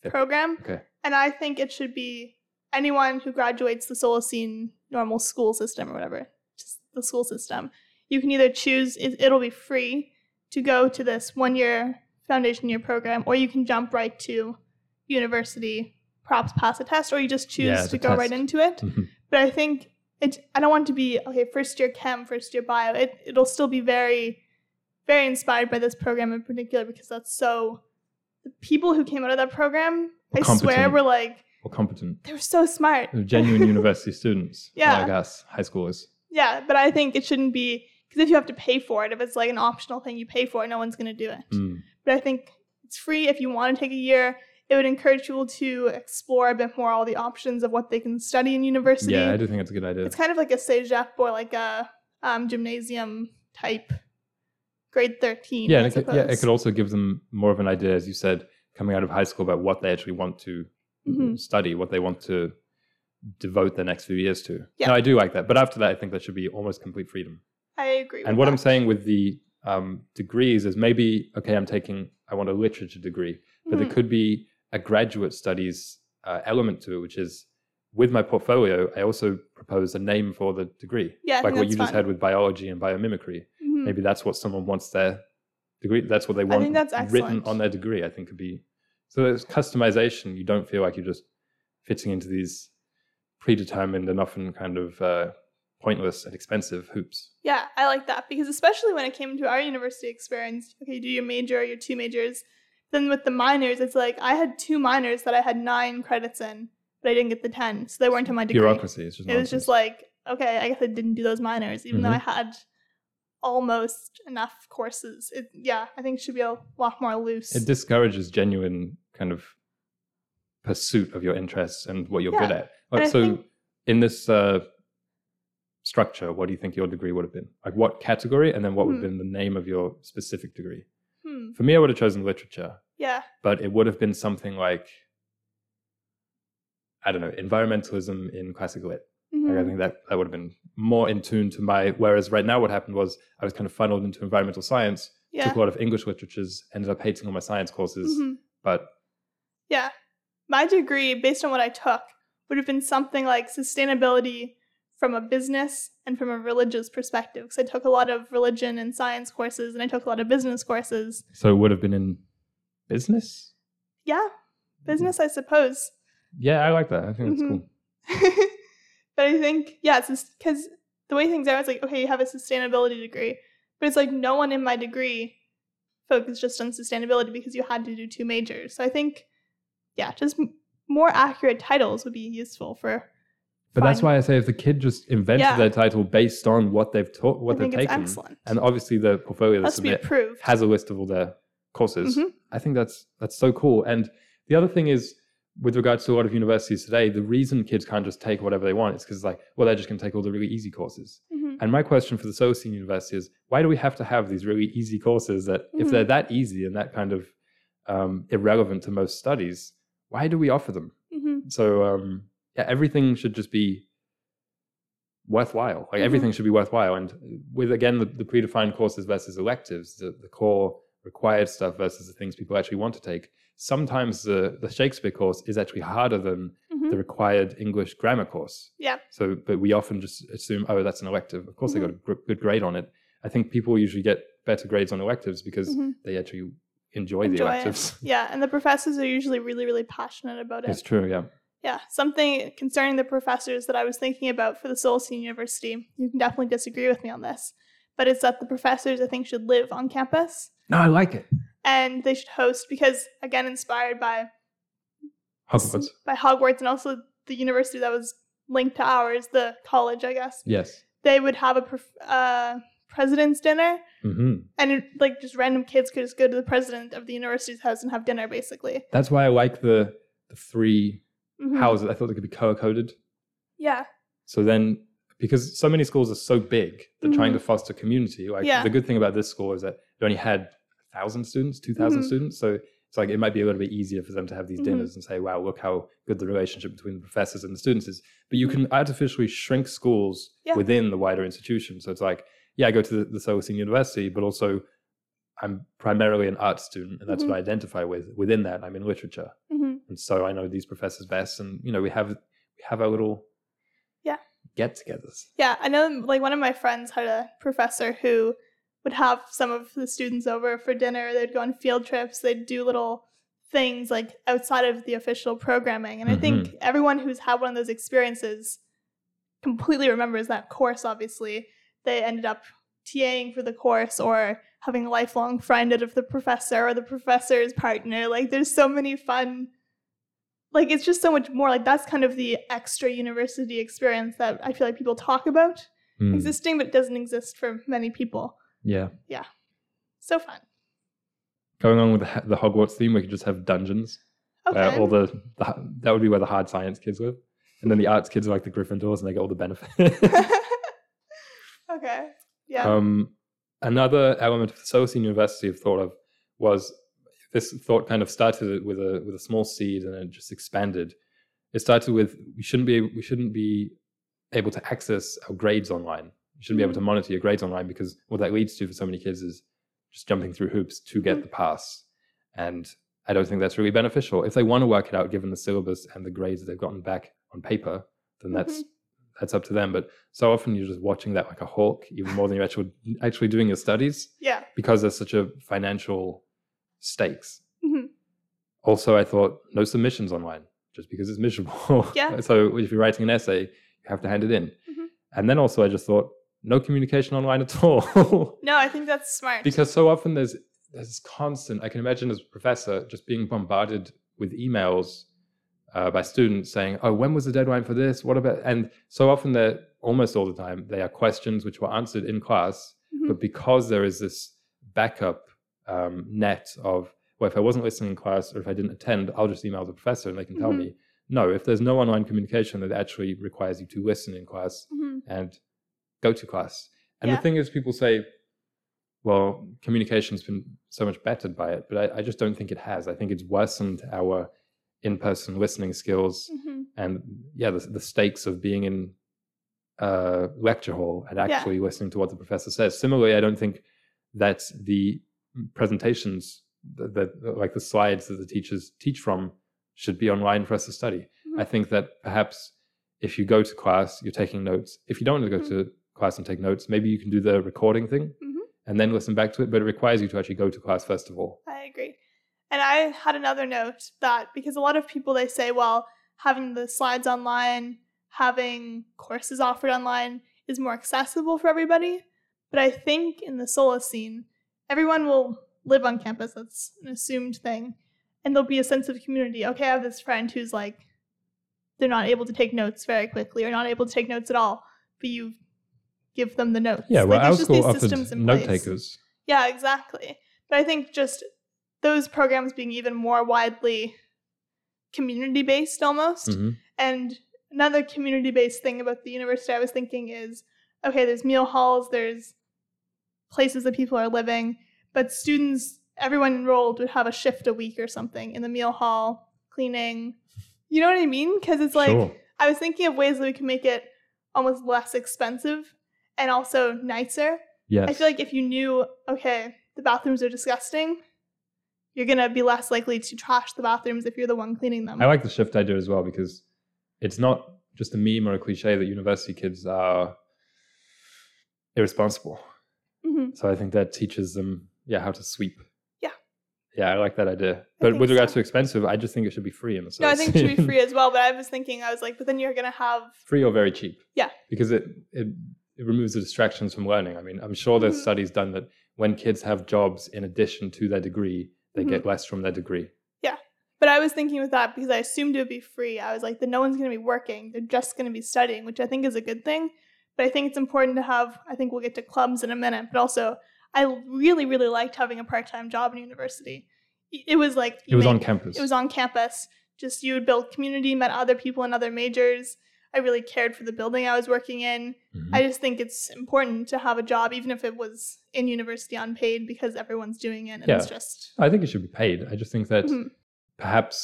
S1: FIP.
S2: program.
S1: Okay.
S2: And I think it should be anyone who graduates the Solocene normal school system or whatever, just the school system. You can either choose, it- it'll be free to go to this one year foundation year program, or you can jump right to university, perhaps pass a test, or you just choose
S1: Yeah,
S2: to
S1: the
S2: go right
S1: test.
S2: into it.
S1: Mhm.
S2: But I think it, I don't want to be, okay, first year chem, first year bio. It, it'll still be very, very inspired by this program in particular because that's so. The people who came out of that program, I swear,
S1: Competent. Mm.
S2: were like,
S1: Or competent,
S2: they were so smart.
S1: They're genuine university students
S2: Yeah.
S1: like us, high schoolers.
S2: Yeah, but I think it shouldn't be because if you have to pay for it, if it's like an optional thing you pay for it, no one's going to do it.
S1: Mm.
S2: But I think it's free if you want to take a year. It would encourage people to explore a bit more all the options of what they can study in university.
S1: Yeah, I do think it's a good idea.
S2: It's kind of like a cégep or like a um, gymnasium type grade 13.
S1: yeah,
S2: I
S1: and it could, yeah, it
S2: suppose.
S1: could also give them more of an idea, as you said, coming out of high school about what they actually want to
S2: Mhm.
S1: study, what they want to devote the next few years to.
S2: Yeah.
S1: No, I do like that, but after that, I think there should be almost complete freedom.
S2: I agree.
S1: And
S2: with
S1: what
S2: that.
S1: I'm saying with the um, degrees is maybe okay, I'm taking, I want a literature degree, but there
S2: Mhm.
S1: could be a graduate studies uh, element to it, which is with my portfolio, I also propose a name for the degree,
S2: yeah, I
S1: like
S2: think
S1: what
S2: that's
S1: you just
S2: fun.
S1: had with biology and biomimicry
S2: Mhm.
S1: maybe that's what someone wants their degree that's what they want
S2: think that's
S1: written
S2: excellent.
S1: on their degree i think could be so there's customization you don't feel like you're just fitting into these predetermined and often kind of uh, pointless and expensive hoops
S2: Yeah, I like that because especially when it came to our university experience, okay, you do your major, your two majors. Then with the minors, it's like I had two minors that I had nine credits in, but I didn't get the ten, so they weren't in my degree.
S1: bureaucracy is just
S2: It was just like, okay, I guess I didn't do those minors, even though I
S1: Mhm.
S2: had almost enough courses. It, yeah, I think it should be a lot more loose.
S1: it discourages genuine kind of pursuit of your interests and what you're good
S2: Yeah.
S1: at
S2: And I
S1: like, so
S2: think-
S1: in this uh, structure what do you think your degree would have been like what category and then what would have been the name of your specific degree
S2: hmm.
S1: for me i would have chosen literature
S2: Yeah.
S1: but it would have been something like I don't know, environmentalism in classical lit. Like I
S2: Mhm.
S1: think that that would have been more in tune to my. Whereas right now, what happened was I was kind of funneled into environmental science.
S2: Yeah.
S1: Took a lot of English literatures. Ended up hating all my science courses.
S2: Mhm.
S1: But
S2: Yeah. My degree, based on what I took, would have been something like sustainability from a business and from a religious perspective. Because I took a lot of religion and science courses and I took a lot of business courses.
S1: so it would have been in business.
S2: Yeah,
S1: Mm-hmm.
S2: business, I suppose.
S1: Yeah, I like that. I think that's
S2: Mhm.
S1: cool.
S2: but I think, yeah, it's just because the way things are, it's like, okay, you have a sustainability degree. But it's like no one in my degree focused just on sustainability because you had to do two majors. So I think, yeah, just m- more accurate titles would be useful for.
S1: But that's
S2: finding-
S1: why I say if the kid just invented
S2: Yeah.
S1: their title based on what they've taught, what
S2: I
S1: they've
S2: think it's
S1: taken,
S2: excellent.
S1: and obviously the portfolio they
S2: Has to be
S1: submit
S2: approved.
S1: has a list of all their courses.
S2: Mhm.
S1: I think that's that's so cool. And the other thing is, with regards to a lot of universities today, the reason kids can't just take whatever they want is because like, well, they're just going to take all the really easy courses.
S2: hmm Mhm.
S1: And my question for the SOAS Senior University is why do we have to have these really easy courses that, if they're that easy and that kind of um, irrelevant to most studies, why do we offer them?
S2: Mhm.
S1: So, um, yeah, everything should just be worthwhile. Like,
S2: Mhm.
S1: everything should be worthwhile. And with, again, the, the predefined courses versus electives, the, the core required stuff versus the things people actually want to take, sometimes the, the Shakespeare course is actually harder than
S2: Mhm.
S1: the required English grammar course.
S2: Yeah. Mm-hmm.
S1: So, but we often just assume, oh, that's an elective. Of course, they got a gr- good grade on it. I think people usually get better grades on electives because
S2: Mhm.
S1: they actually enjoy, the
S2: Enjoy it.
S1: electives.
S2: Yeah, and the professors are usually really, really passionate about
S1: it's
S2: it.
S1: true, yeah.
S2: Yeah, something concerning the professors that I was thinking about for the Solstein University. You can definitely disagree with me on this, but it's that the professors I think should live on campus
S1: No, I like it.
S2: and they should host because again inspired by
S1: Hogwarts.
S2: by Hogwarts and also the university that was linked to ours, the college, I guess.
S1: Yes.
S2: They would have a prof- uh, president's dinner
S1: hmm
S2: and it, like just random kids could just go to the president of the university's house and have dinner basically.
S1: That's why I like the, the 3
S2: Mhm.
S1: houses. I thought they could be color coded.
S2: Yeah.
S1: So then, because so many schools are so big, they're trying to
S2: Mhm.
S1: foster community. Like
S2: Yeah.
S1: the good thing about this school is that it only had a thousand students, two
S2: Mhm.
S1: students. So it's like it might be a little bit easier for them to have these
S2: Mhm.
S1: dinners and say, "Wow, look how good the relationship between the professors and the students is." But you can artificially shrink schools
S2: Yeah.
S1: within the wider institution. So it's like, yeah, I go to the, the Solstein University, but also I'm primarily an art student, and that's what I
S2: Mm-hmm.
S1: identify with. Within that, I'm in literature
S2: hmm
S1: and so I know these professors best, and you know we have we have our little
S2: Yeah.
S1: get-togethers.
S2: Yeah, I know like one of my friends had a professor who would have some of the students over for dinner. They'd go on field trips, they'd do little things like outside of the official programming. And I think everyone who's had one of those experiences completely remembers that course, obviously. They ended up TAing for the course or having a lifelong friend out of the professor or the professor's partner. Like there's so many fun like it's just so much more like that's kind of the extra university experience that I feel like people talk about existing but it doesn't exist for many people.
S1: Hmm. Yeah,
S2: So fun.
S1: going on with the, the Hogwarts theme, we could just have dungeons. where
S2: Okay.
S1: all the, the h- that would be where the hard science kids live, and then the arts kids are like the Gryffindors, and they get all the benefits.
S2: okay. Yeah.
S1: um, another element of the Solstice University have thought of was this thought kind of started with a with a small seed and it just expanded. It started with we shouldn't be we shouldn't be able to access our grades online. You shouldn't be able to monitor your grades online because what that leads to for so many kids is just jumping through hoops to get
S2: Mhm.
S1: the pass. And I don't think that's really beneficial. If they want to work it out, given the syllabus and the grades they've gotten back on paper, then that's that's up to them. But so often you're just watching that like a hawk, even more than you're actually actually doing your studies
S2: yeah.
S1: because there's such a financial stakes.
S2: Mhm.
S1: Also, I thought no submissions online just because it's miserable.
S2: Yeah.
S1: so if you're writing an essay, you have to hand it in.
S2: Mhm.
S1: And then also, I just thought no communication online at all
S2: No, I think that's smart.
S1: because so often there's there's this constant. I can imagine as a professor just being bombarded with emails uh, by students saying, "Oh, when was the deadline for this? What about?" And so often they're almost all the time they are questions which were answered in class
S2: Mhm.
S1: but because there is this backup um, net of well if i wasn't listening in class or if i didn't attend i'll just email the professor and they can tell
S2: Mhm.
S1: me no if there's no online communication that actually requires you to listen in class
S2: Mhm.
S1: and go to class and
S2: Yeah.
S1: the thing is people say well communication's been so much bettered by it but i, I just don't think it has i think it's worsened our in-person listening skills
S2: Mhm.
S1: and yeah, the, the stakes of being in a lecture hall and
S2: Yeah.
S1: actually listening to what the professor says. Similarly, I don't think that the presentations, that, that like the slides that the teachers teach from, should be online for us to study.
S2: Mhm.
S1: I think that perhaps if you go to class, you're taking notes. If you don't want to go
S2: Hmm.
S1: to class and take notes, maybe you can do the recording thing
S2: Mhm.
S1: and then listen back to it. But it requires you to actually go to class first of all.
S2: I agree. And I had another note that because a lot of people they say, well, having the slides online, having courses offered online is more accessible for everybody. But I think in the solo scene, everyone will live on campus. That's an assumed thing. And there'll be a sense of community. Okay, I have this friend who's like, they're not able to take notes very quickly or not able to take notes at all, but you give them the notes. Like, there's just these systems in place.
S1: takers.
S2: Yeah, exactly. But I think just those programs being even more widely community
S1: Mm-hmm.
S2: based almost. And another community based thing about the university I was thinking is okay, there's meal halls, there's places that people are living, but students, everyone enrolled would have a shift a week or something in the meal hall, cleaning. You know what I mean? Because it's like,
S1: sure.
S2: I was thinking of ways that we can make it almost less expensive and also nicer.
S1: Yes.
S2: I feel like if you knew, okay, the bathrooms are disgusting, you're gonna be less likely to trash the bathrooms if you're the one cleaning them.
S1: I like the shift idea as well because it's not just a meme or a cliche that university kids are irresponsible.
S2: hmm
S1: So I think that teaches them, yeah, how to sweep.
S2: Yeah.
S1: Yeah, I like that idea. But
S2: think
S1: with regards
S2: so.
S1: to expensive, I just think it should be free in the
S2: No, I
S1: States.
S2: think it should be free as well. But I was thinking, I was like, but then you're gonna have
S1: free or very cheap.
S2: Yeah.
S1: Because it it, it removes the distractions from learning. I mean, I'm sure there's
S2: Mhm.
S1: studies done that when kids have jobs in addition to their degree, they
S2: Mm-hmm.
S1: get less from their degree.
S2: But I was thinking with that because I assumed it would be free. I was like, then no one's going to be working. They're just going to be studying, which I think is a good thing. But I think it's important to have, I think we'll get to clubs in a minute, but also I really, really liked having a part time job in university. I- It was like,
S1: It was
S2: you
S1: on
S2: made-
S1: campus.
S2: it was on campus. Just you would build community, met other people in other majors. I really cared for the building I was working in.
S1: Mhm.
S2: I just think it's important to have a job, even if it was in university unpaid, because everyone's doing it and it's just.
S1: I think it should be paid. I just think that
S2: Mhm.
S1: perhaps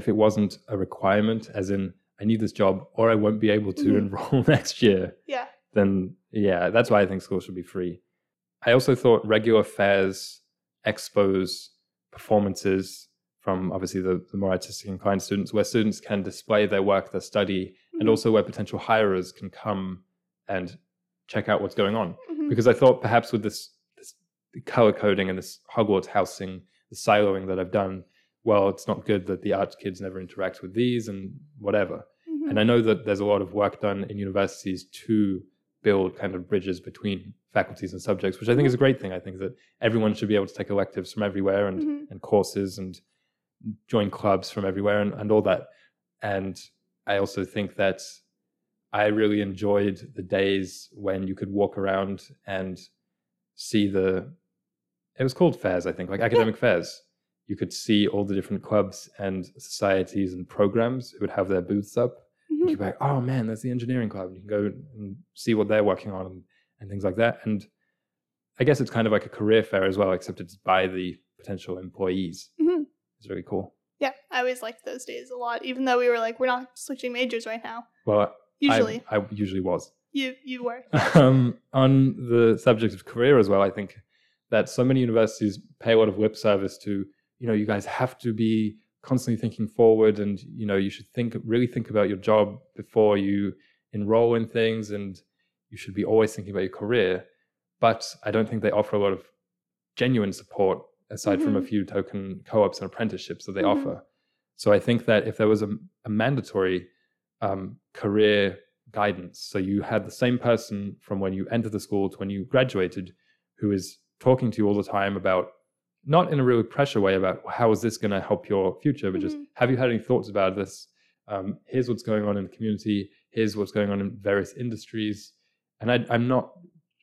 S1: if it wasn't a requirement, as in I need this job or I won't be able to
S2: Mhm.
S1: enroll next year,
S2: Yeah.
S1: then yeah, that's why I think schools should be free. I also thought regular fairs, expos, performances from obviously the, the more artistic inclined students, where students can display their work, their study, and
S2: Mhm.
S1: also where potential hirers can come and check out what's going on
S2: Mhm.
S1: because I thought perhaps with this, this color coding and this Hogwarts housing, the siloing that I've done, well, it's not good that the art kids never interact with these and whatever.
S2: Mhm.
S1: And I know that there's a lot of work done in universities to build kind of bridges between faculties and subjects, which I think is a great thing. I think that everyone should be able to take electives from everywhere and,
S2: Mhm.
S1: and courses and join clubs from everywhere and, and all that. And I also think that I really enjoyed the days when you could walk around and see the it was called fairs, I think, like academic fairs. You could see all the different clubs and societies and programs who would have their booths up
S2: Mhm.
S1: you're like, oh man, there's the engineering club. You can go and see what they're working on and, and things like that. And I guess it's kind of like a career fair as well, except it's by the potential employees.
S2: Mhm.
S1: It's really cool.
S2: Yeah, I always liked those days a lot, even though we were like, we're not switching majors right now.
S1: Well, I-
S2: Usually,
S1: I, usually was.
S2: you you were.
S1: Um, on the subject of career as well, I think that so many universities pay a lot of lip service to, you know, you guys have to be constantly thinking forward and, you know, you should think, really think about your job before you enroll in things and you should be always thinking about your career. But I don't think they offer a lot of genuine support aside from a few token co ops and apprenticeships that they
S2: Mhm.
S1: offer. So I think that if there was a, a mandatory um, career guidance. So you had the same person from when you entered the school to when you graduated who is talking to you all the time about, not in a really pressure way, about how is this going to help your future, but just
S2: Mhm.
S1: have you had any thoughts about this? Um, here's what's going on in the community. Here's what's going on in various industries. And I, I'm not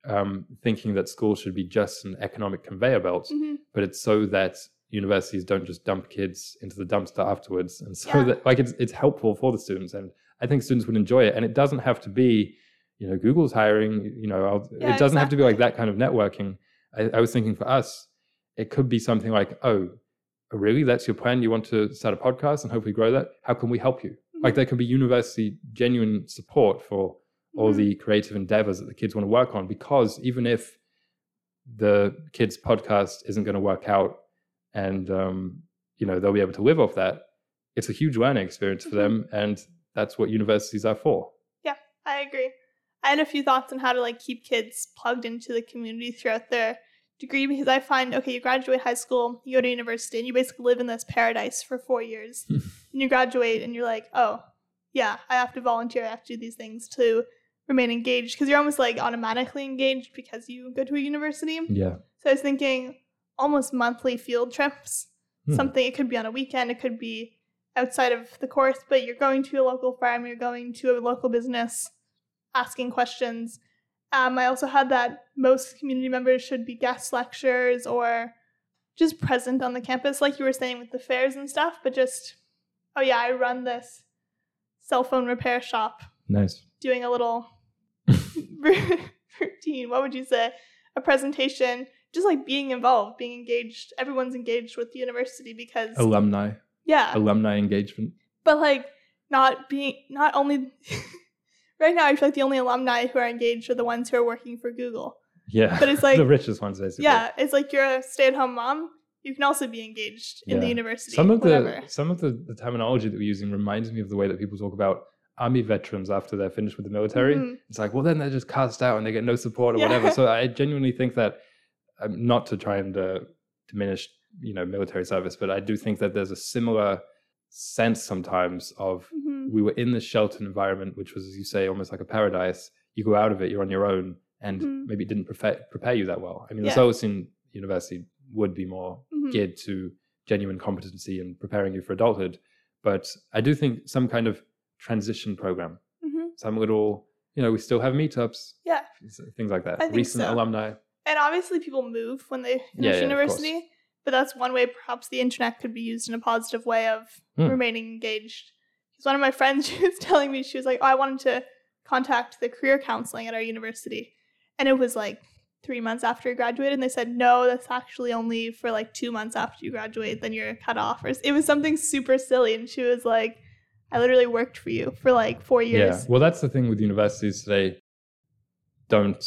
S1: um, thinking that school should be just an economic conveyor belt
S2: Mhm.
S1: but it's so that universities don't just dump kids into the dumpster afterwards and so
S2: Yeah.
S1: that like it's it's helpful for the students and i think students would enjoy it and it doesn't have to be you know google's hiring you know I'll,
S2: Yeah,
S1: it doesn't have to be like that kind of networking I, I was thinking for us it could be something like oh really that's your plan you want to start a podcast and hopefully grow that how can we help you
S2: Mm-hmm.
S1: like there could be university genuine support for all
S2: Mhm.
S1: the creative endeavors that the kids want to work on because even if the kids podcast isn't going to work out and um, you know they'll be able to live off that it's a huge learning experience for
S2: Mhm.
S1: them and that's what universities are for
S2: I agree. I had a few thoughts on how to like keep kids plugged into the community throughout their degree because I find okay, you graduate high school, you go to university, and you basically live in this paradise for four years. and you graduate, and you're like, oh yeah, I have to volunteer, I have to do these things to remain engaged because you're almost like automatically engaged because you go to a university.
S1: yeah
S2: So I was thinking almost monthly field trips.
S1: Hmm.
S2: Something it could be on a weekend, it could be outside of the course, but you're going to a local farm, you're going to a local business, asking questions. Um, I also had that most community members should be guest lecturers or just present on the campus, like you were saying with the fairs and stuff, but just, oh yeah, I run this cell phone repair shop
S1: nice
S2: doing a little routine, what would you say? A presentation, just like being involved, being engaged. Everyone's engaged with the university because
S1: Alumni,
S2: yeah,
S1: alumni engagement.
S2: but like not being not only right now. I feel like the only alumni who are engaged are the ones who are working for Google.
S1: Yeah,
S2: But it's like-
S1: the richest ones basically.
S2: Yeah, it's like you're a stay-at-home mom. You can also be engaged in the
S1: Yeah.
S2: university.
S1: Some of
S2: whatever.
S1: the some of the, the terminology that we're using reminds me of the way that people talk about army veterans after they're finished with the military.
S2: Mhm.
S1: It's like, well, then they're just cast out and they get no support or
S2: Yeah.
S1: whatever. So I genuinely think that, um, not to try and uh, diminish, you know, military service, but I do think that there's a similar sense sometimes of
S2: Mhm.
S1: we were in this sheltered environment, which was, as you say, almost like a paradise. You go out of it, you're on your own, and
S2: Mhm.
S1: maybe it didn't prepare, prepare you that well. I mean,
S2: Yeah.
S1: the Solstein University would be more
S2: Mhm.
S1: geared to genuine competency and preparing you for adulthood. But I do think some kind of transition program,
S2: Mhm.
S1: some little, you know, we still have meetups,
S2: Yeah.
S1: s- things like that.
S2: I think
S1: Recent
S2: so.
S1: alumni,
S2: And obviously, people move when they
S1: Yeah,
S2: finish
S1: yeah, of
S2: university, but that's one way perhaps the internet could be used in a positive way of
S1: Hmm.
S2: remaining engaged. Because one of my friends, she was telling me, she was like, oh, I wanted to contact the career counseling at our university. And it was like three months after you graduated. And they said, no, that's actually only for like two months after you graduate, then you're cut off. Or s- it was something super silly. And she was like, I literally worked for you for like four years.
S1: Yeah. Well, that's the thing with universities today. Don't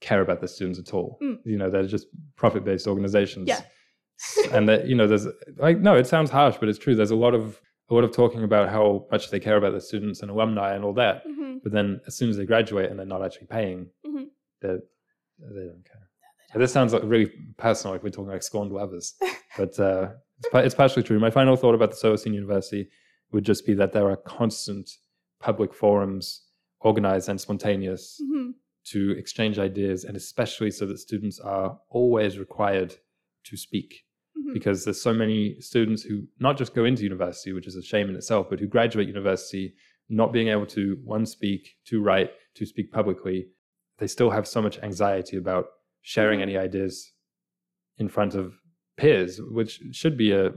S1: care about the students at all.
S2: Mm.
S1: You know, they're just profit-based organizations.
S2: Yeah.
S1: and that you know, there's like no, it sounds harsh, but it's true. There's a lot of a lot of talking about how much they care about the students and alumni and all that.
S2: Mhm.
S1: But then, as soon as they graduate and they're not actually paying,
S2: Mhm.
S1: they're- they don't care. This sounds like really personal, like we're talking like scorned lovers, but uh, it's, pa- it's partially true. My final thought about the Silverstein University would just be that there are constant public forums, organized and spontaneous,
S2: Mhm.
S1: to exchange ideas, and especially so that students are always required to speak
S2: Mhm.
S1: because there's so many students who not just go into university, which is a shame in itself, but who graduate university not being able to one speak, two write, to speak publicly. They still have so much anxiety about sharing
S2: Mhm.
S1: any ideas in front of peers, which should be a,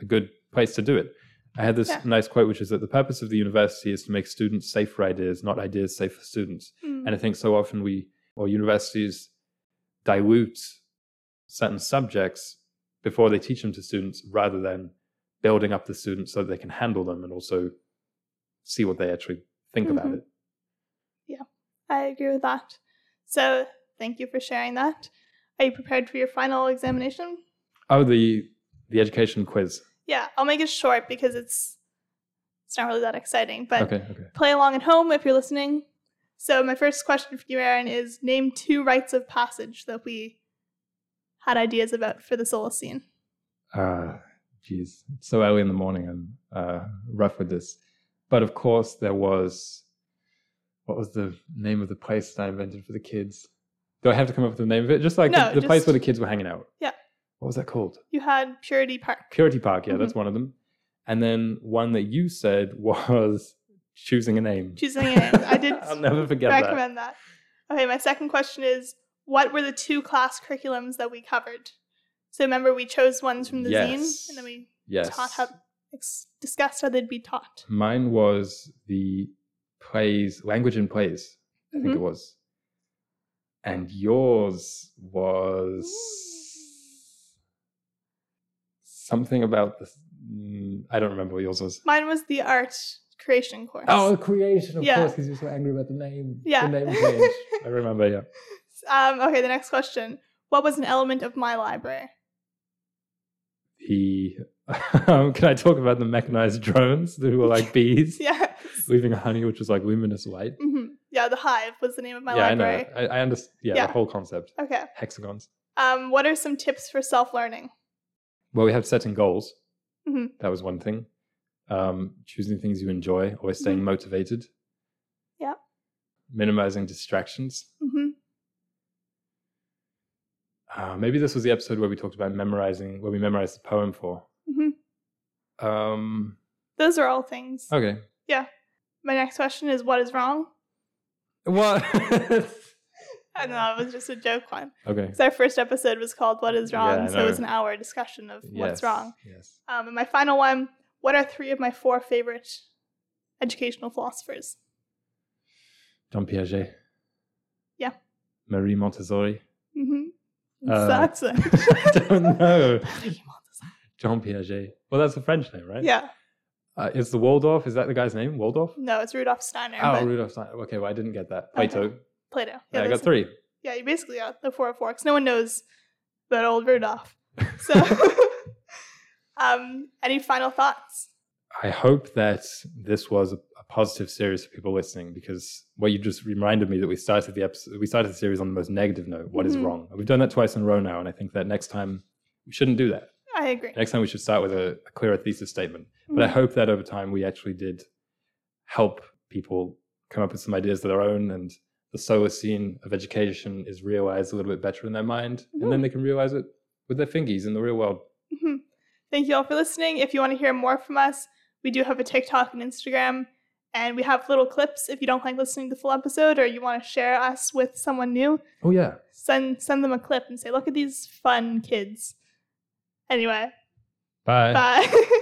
S1: a good place to do it. I had this
S2: Yeah.
S1: nice quote, which is that the purpose of the university is to make students safe for ideas, not ideas safe for students.
S2: Mhm.
S1: And I think so often we, or universities, dilute certain subjects before they teach them to students rather than building up the students so that they can handle them and also see what they actually think about
S2: Mhm.
S1: it.
S2: I agree with that. So thank you for sharing that. Are you prepared for your final examination?
S1: Oh, the the education quiz.
S2: Yeah, I'll make it short because it's it's not really that exciting, but
S1: okay, okay.
S2: play along at home if you're listening. So my first question for you, Aaron, is name two rites of passage that we had ideas about for the solace scene.
S1: Ah, geez, it's so early in the morning. I'm uh, rough with this, but of course there was. What was the name of the place that I invented for the kids? Do I have to come up with the name of it? Just like
S2: No,
S1: the, the place
S2: just-
S1: where the kids were hanging out.
S2: Yeah.
S1: What was that called?
S2: You had Purity Park.
S1: Purity Park. Yeah,
S2: Mm-hmm.
S1: that's one of them. And then one that you said was choosing a name.
S2: Choosing a name. I did
S1: I'll never forget that.
S2: recommend that. Okay, my second question is what were the two class curriculums that we covered? So remember, we chose ones from the
S1: Yes.
S2: zine, and then we
S1: Yes.
S2: taught how ex- discussed how they'd be taught.
S1: Mine was the plays, language and plays. I
S2: Mm-hmm.
S1: think it was. And yours was something about the. mm, I don't remember what yours was.
S2: Mine was the art creation course.
S1: Oh, creation, of
S2: Yeah.
S1: course, because you were so angry about the name.
S2: Yeah.
S1: The name change. I remember, yeah.
S2: Um, okay, the next question. What was an element of my library?
S1: The. Um, can I talk about the mechanized drones who were like bees
S2: Yeah.
S1: leaving honey, which was like luminous light?
S2: hmm Yeah, the hive was the name of my
S1: yeah,
S2: library.
S1: I know. I, I understand. Yeah,
S2: Yeah.
S1: the whole concept.
S2: Okay.
S1: Hexagons.
S2: Um, what are some tips for self learning?
S1: Well, we have setting goals.
S2: Mhm.
S1: That was one thing. Um, choosing things you enjoy, always staying
S2: Mhm.
S1: motivated.
S2: Yep.
S1: Minimizing distractions.
S2: hmm
S1: Uh, maybe this was the episode where we talked about memorizing, where we memorized the poem for.
S2: Mhm.
S1: Um,
S2: Those are all things.
S1: okay.
S2: My next question is what is wrong?
S1: What?
S2: I don't know, it was just a joke one.
S1: okay.
S2: Because our first episode was called What is Wrong?
S1: Yeah, I
S2: so it was an
S1: know.
S2: hour discussion of what's
S1: Yes,
S2: wrong.
S1: Yes.
S2: Um, and my final one what are three of my four favorite educational philosophers?
S1: Jean Piaget. Marie Montessori.
S2: Mm-hmm.
S1: Uh,
S2: that's
S1: I
S2: it.
S1: don't know.
S2: Bloody monster.
S1: Jean Piaget. Well, that's a French name, right?
S2: Yeah.
S1: Uh, is the Waldorf? Is that the guy's name? Waldorf?
S2: No, it's Rudolf Steiner.
S1: Oh,
S2: but
S1: Rudolf Steiner. Okay, well, I didn't get that. Plato.
S2: Plato.
S1: Yeah, I
S2: that's-
S1: got three.
S2: Yeah, you basically got the four of forks. No one knows that old Rudolph. So, um, any final thoughts?
S1: I hope that this was a, a positive series for people listening because what you just reminded me that we started the episode, we started the series on the most negative note. What is
S2: Mhm.
S1: wrong? We've done that twice in a row now, and I think that next time we shouldn't do that.
S2: I agree.
S1: Next time we should start with a, a clearer thesis statement. But I
S2: Mm-hmm.
S1: hope that over time we actually did help people come up with some ideas of their own and the solar scene of education is realized a little bit better in their mind and then they can realize it with their fingies in the real world.
S2: Mhm. Thank you all for listening. If you want to hear more from us, we do have a TikTok and Instagram, and we have little clips. If you don't like listening to the full episode or you want to share us with someone new,
S1: Oh yeah.
S2: send send them a clip and say, "Look at these fun kids." Anyway,
S1: Bye.
S2: bye.